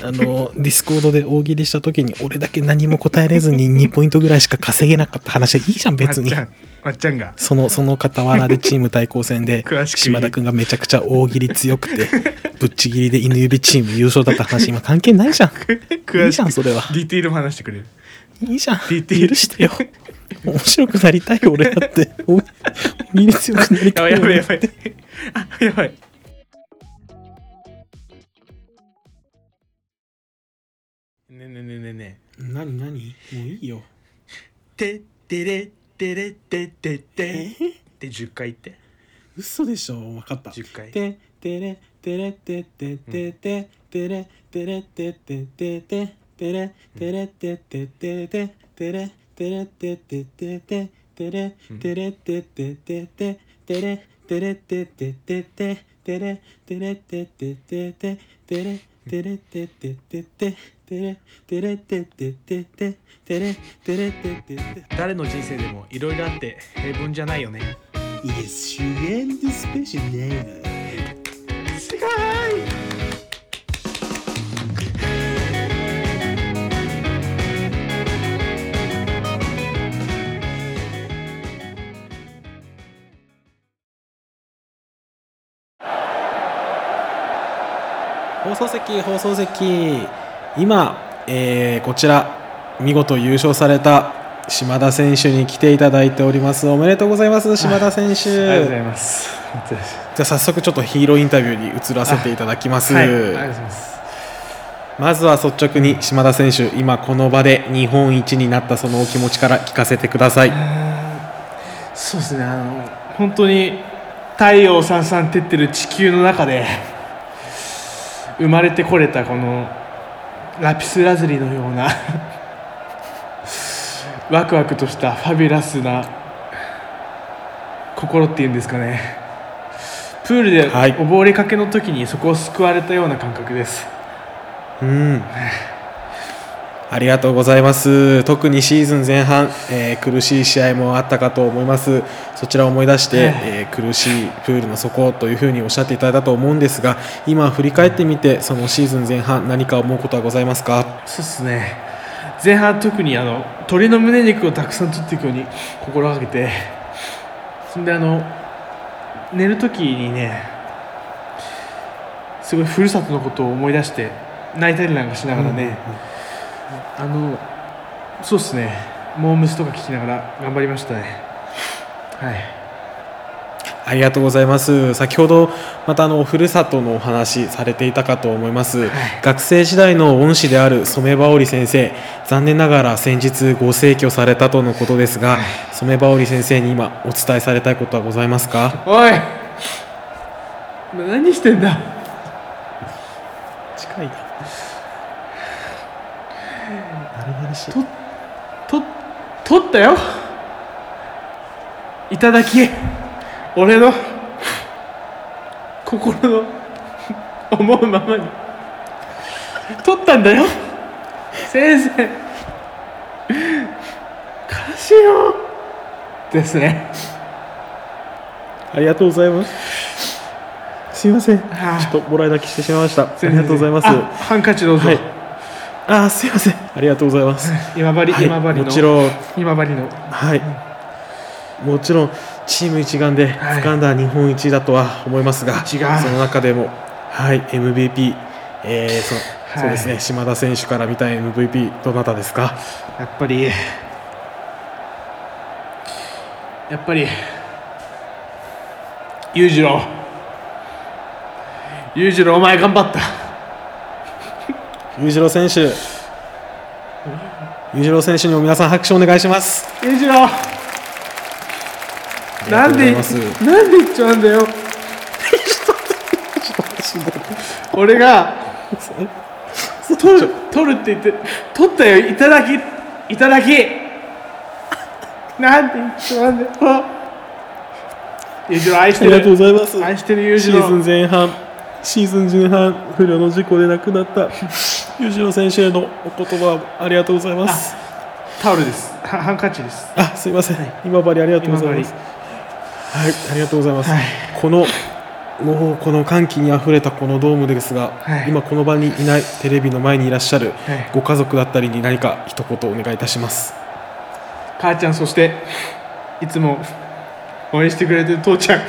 Speaker 2: あのディスコードで大喜利した時に俺だけ何も答えれずに2ポイントぐらいしか稼げなかった話はいいじゃん別に
Speaker 1: まっちゃんまっちゃん
Speaker 2: <laughs>
Speaker 1: が
Speaker 2: そのその傍らでチーム対抗戦で
Speaker 1: 詳しく言う
Speaker 2: 島田君がめちゃくちゃ大喜利強くてぶっちぎりで犬指チーム優勝だった話今関係ないじゃんい
Speaker 1: 詳
Speaker 2: い
Speaker 1: し
Speaker 2: じゃんそれは
Speaker 1: くディティールも話してくれる
Speaker 2: いいじゃん
Speaker 1: ディテール
Speaker 2: 許してよ面白くなりたい俺だってお大喜利強くなり
Speaker 1: や
Speaker 2: た
Speaker 1: ばい
Speaker 2: い
Speaker 1: やばい
Speaker 2: 俺
Speaker 1: や
Speaker 2: だって
Speaker 1: ばい <laughs> あやばいねえねえねえねえねえ
Speaker 2: 何何もういいよ
Speaker 1: てってれってれってってってっ
Speaker 2: え
Speaker 1: て10回言って
Speaker 2: 嘘でしょ分かった
Speaker 1: 10回
Speaker 2: ててれてれてててててれてれてててててれてれてててててれてれてててててれてれてててててれてれてててててれてれてててててれてれてててててれてれてててててれてれててて
Speaker 1: 誰の人生でもいろいろあって平凡じゃないよね
Speaker 2: Yes, you end the special name.
Speaker 1: すごい
Speaker 2: 放送席放送席今、えーこちら見事優勝された島田選手に来ていただいておりますおめでとうございます島田選手
Speaker 1: ありがとうござい
Speaker 2: じ
Speaker 1: ます
Speaker 2: ゃあ早速ちょっとヒーローインタビューに移らせていただきます、
Speaker 1: はいありがとうございます
Speaker 2: まずは率直に島田選手今この場で日本一になったそのお気持ちから聞かせてください
Speaker 1: そうですねあの本当に太陽さんさん照ってる地球の中で生まれてこれたこのラピスラズリのようなワクワクとしたファビュラスな心っていうんですかねプールで
Speaker 2: はい
Speaker 1: 溺れかけの時にそこを救われたような感覚です、
Speaker 2: うんありがとうございます特にシーズン前半、えー苦しい試合もあったかと思いますそちらを思い出して、
Speaker 1: え
Speaker 2: えー苦しいプールの底というふうにおっしゃっていただいたと思うんですが今振り返ってみてそのシーズン前半何か思うことはございますか
Speaker 1: そうですね前半特にあの鶏の胸肉をたくさん取っていくように心がけてそんであの寝る時にねすごいふるさとのことを思い出して泣いたりなんかしながらね、あのそうですねモームスとか聞きながら頑張りましたねはい
Speaker 2: ありがとうございます先ほどまたあのふるさとのお話されていたかと思います、学生時代の恩師である染場織先生残念ながら先日ご逝去されたとのことですが染場織先生に今お伝えされたいことはございますか
Speaker 1: おい何してんだ
Speaker 2: 近いな丸々しい
Speaker 1: と取ったよいただき俺の心の思うままに取ったんだよ先生悲しいよですね
Speaker 2: ありがとうございますすいませんち
Speaker 1: あー
Speaker 2: ょっともらい泣きしてしまいましたありがとうございます
Speaker 1: あハンカチどうぞ、
Speaker 2: はいあーすいませんありがとうございます
Speaker 1: 今治、
Speaker 2: はい
Speaker 1: 今治の
Speaker 2: もちろん
Speaker 1: 今治の
Speaker 2: はい、もちろんチーム一丸で
Speaker 1: はい
Speaker 2: 掴んだ日本一だとは思いますが、
Speaker 1: 一丸
Speaker 2: その中でも、はい、MVP、えーそ
Speaker 1: はい
Speaker 2: そうですね、島田選手から見た MVP、どなたですか、
Speaker 1: やっぱりやっぱり裕次郎裕次郎お前頑張った
Speaker 2: 裕次郎選手、裕次郎選手にも皆さん、拍手お願いします。
Speaker 1: 裕次郎な
Speaker 2: あ
Speaker 1: ん
Speaker 2: り
Speaker 1: で
Speaker 2: がとうございます
Speaker 1: なんで言っちゃうんだよ俺が取る取るって言って取ったよいただきいただきなんで言っちゃうんだよ裕次郎愛し
Speaker 2: あ
Speaker 1: て
Speaker 2: りがとうご
Speaker 1: る
Speaker 2: ざいます。
Speaker 1: 愛してる裕
Speaker 2: シ
Speaker 1: 次
Speaker 2: ーズ
Speaker 1: 郎
Speaker 2: ン前半、シーズン前半、不慮の事故で亡くな <laughs> った裕次郎選手へのお言葉、ありがとうございます。
Speaker 1: タオルですはハンカチです
Speaker 2: あ、すいません。今治ありがとうございます。はい、ありがとうございます。このもうこの歓喜にあふれたこのドームですが、
Speaker 1: はい
Speaker 2: 今この場にいないテレビの前にいらっしゃる
Speaker 1: はい
Speaker 2: ご家族だったりに何か一言お願いいたします。
Speaker 1: 母ちゃんそしていつも応援してくれてる父ちゃん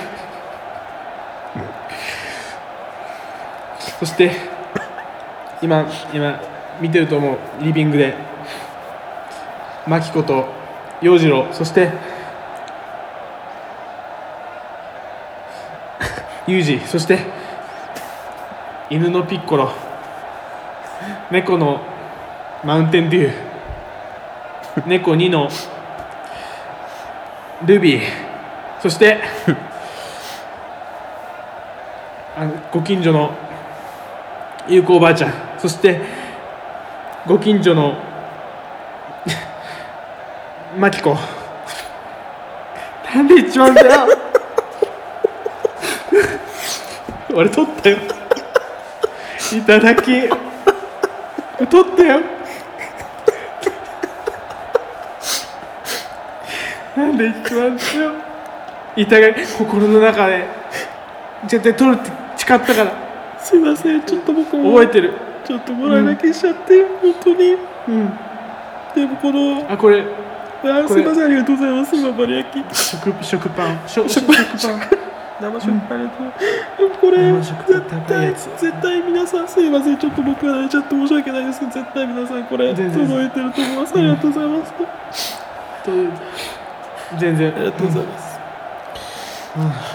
Speaker 1: そして今今見てると思うリビングでマキコと洋次郎そしてユージそして犬のピッコロ猫のマウンテンデュー猫2のルビーそ <laughs> してあのご近所のゆうこおばあちゃんそしてご近所の <laughs> まきこなんで言っちまうんだよ <laughs> 俺取ったよいただ <laughs> き取ったよなんで一番強い痛が心の中で絶対取るって誓ったから
Speaker 2: すいません、ちょっと僕も
Speaker 1: 覚えてる
Speaker 2: ちょっともらい泣きしちゃって、本当に。
Speaker 1: うん
Speaker 2: でもこの
Speaker 1: あこれ
Speaker 2: あ
Speaker 1: こ
Speaker 2: す
Speaker 1: れ
Speaker 2: いませんありがとうございます。今治焼き。
Speaker 1: 食食パン食食
Speaker 2: 食
Speaker 1: パ
Speaker 2: パ
Speaker 1: ン
Speaker 2: ン生食パンと、これ
Speaker 1: 生食パン
Speaker 2: 絶
Speaker 1: 高い
Speaker 2: 対
Speaker 1: やつ
Speaker 2: 絶対皆さんすいませんちょっと僕は泣いちゃって申し訳ないですけど絶対皆さんこれ
Speaker 1: 全然
Speaker 2: 届いてると思いますありがとうございます、あ
Speaker 1: と全然
Speaker 2: りがとうございま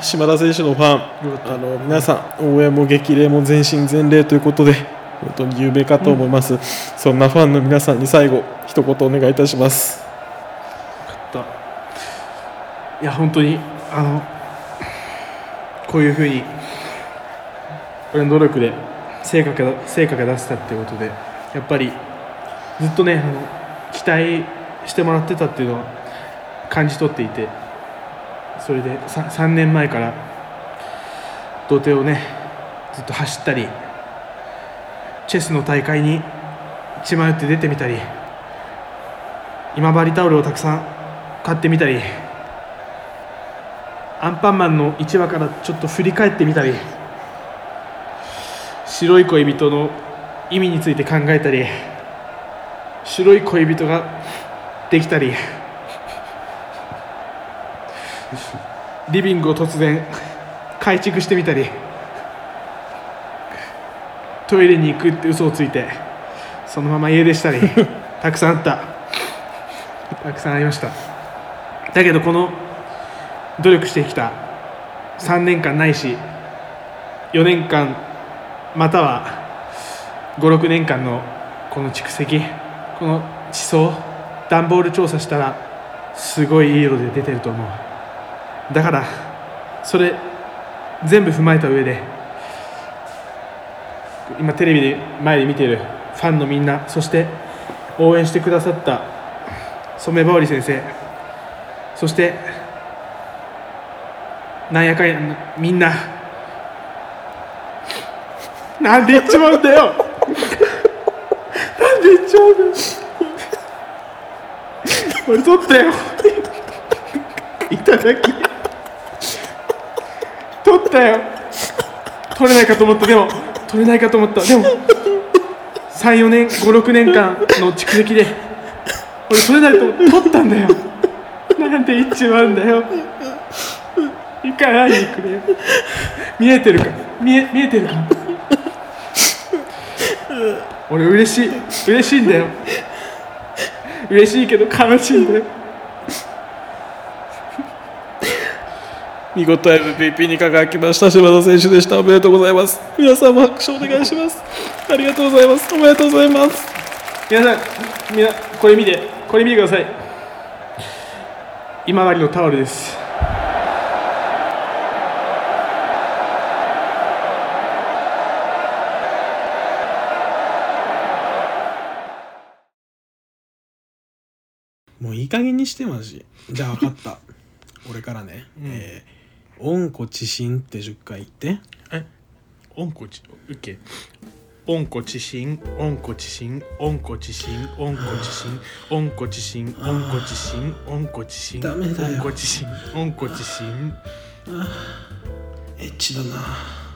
Speaker 2: す、島田選手のファ
Speaker 1: よかっ
Speaker 2: ンあの皆さん応援も激励も全身全霊ということで本当に有名かと思います、そんなファンの皆さんに最後一言お願いいたします
Speaker 1: といや本当にあのこういうふうに俺の努力で成果が成果が出せたっていうことでやっぱりずっとねあの期待してもらってたっていうのは感じ取っていてそれで 3, 3年前から土手をねずっと走ったりチェスの大会に血迷って出てみたり今治タオルをたくさん買ってみたりアンパンマンの1話からちょっと振り返ってみたり白い恋人の意味について考えたり白い恋人ができたりリビングを突然改築してみたりトイレに行くって嘘をついてそのまま家出したりたくさんあった。たくさんありましただけどこの努力してきた3年間ないし4年間または56年間のこの蓄積この地層段ボール調査したらすごいいい色で出てると思うだからそれ全部踏まえた上で今テレビで前で見てるファンのみんなそして応援してくださった染羽織先生そしてなんやかんやみんななんで言っちまうんだよなんで言っちまうんだよ俺取ったよいただき取ったよ取れないかと思ったでも取れないかと思ったでも34年56年間の蓄積で俺取れないと思って取ったんだよなんで言っちまうんだよ行かないでくれよ見えてるか見え見えてるか俺嬉しい嬉しいんだよ嬉しいけど悲しいんだよ
Speaker 2: 見事 MVP に輝きました柴田選手でしたおめでとうございます皆さんも拍手お願いしますありがとうございますおめでとうございます
Speaker 1: 皆さんみなこれ見てこれ見てください今治のタオルです
Speaker 2: もういい加減にしてマジじゃあ分かった <laughs> 俺からね、えー、温故知新って10回言って
Speaker 1: 温故知受け温故知新温故知新温故知新温故知新温故知新温故知新温故知新
Speaker 2: ダメだよ
Speaker 1: 温故知新温故知新
Speaker 2: エッチだな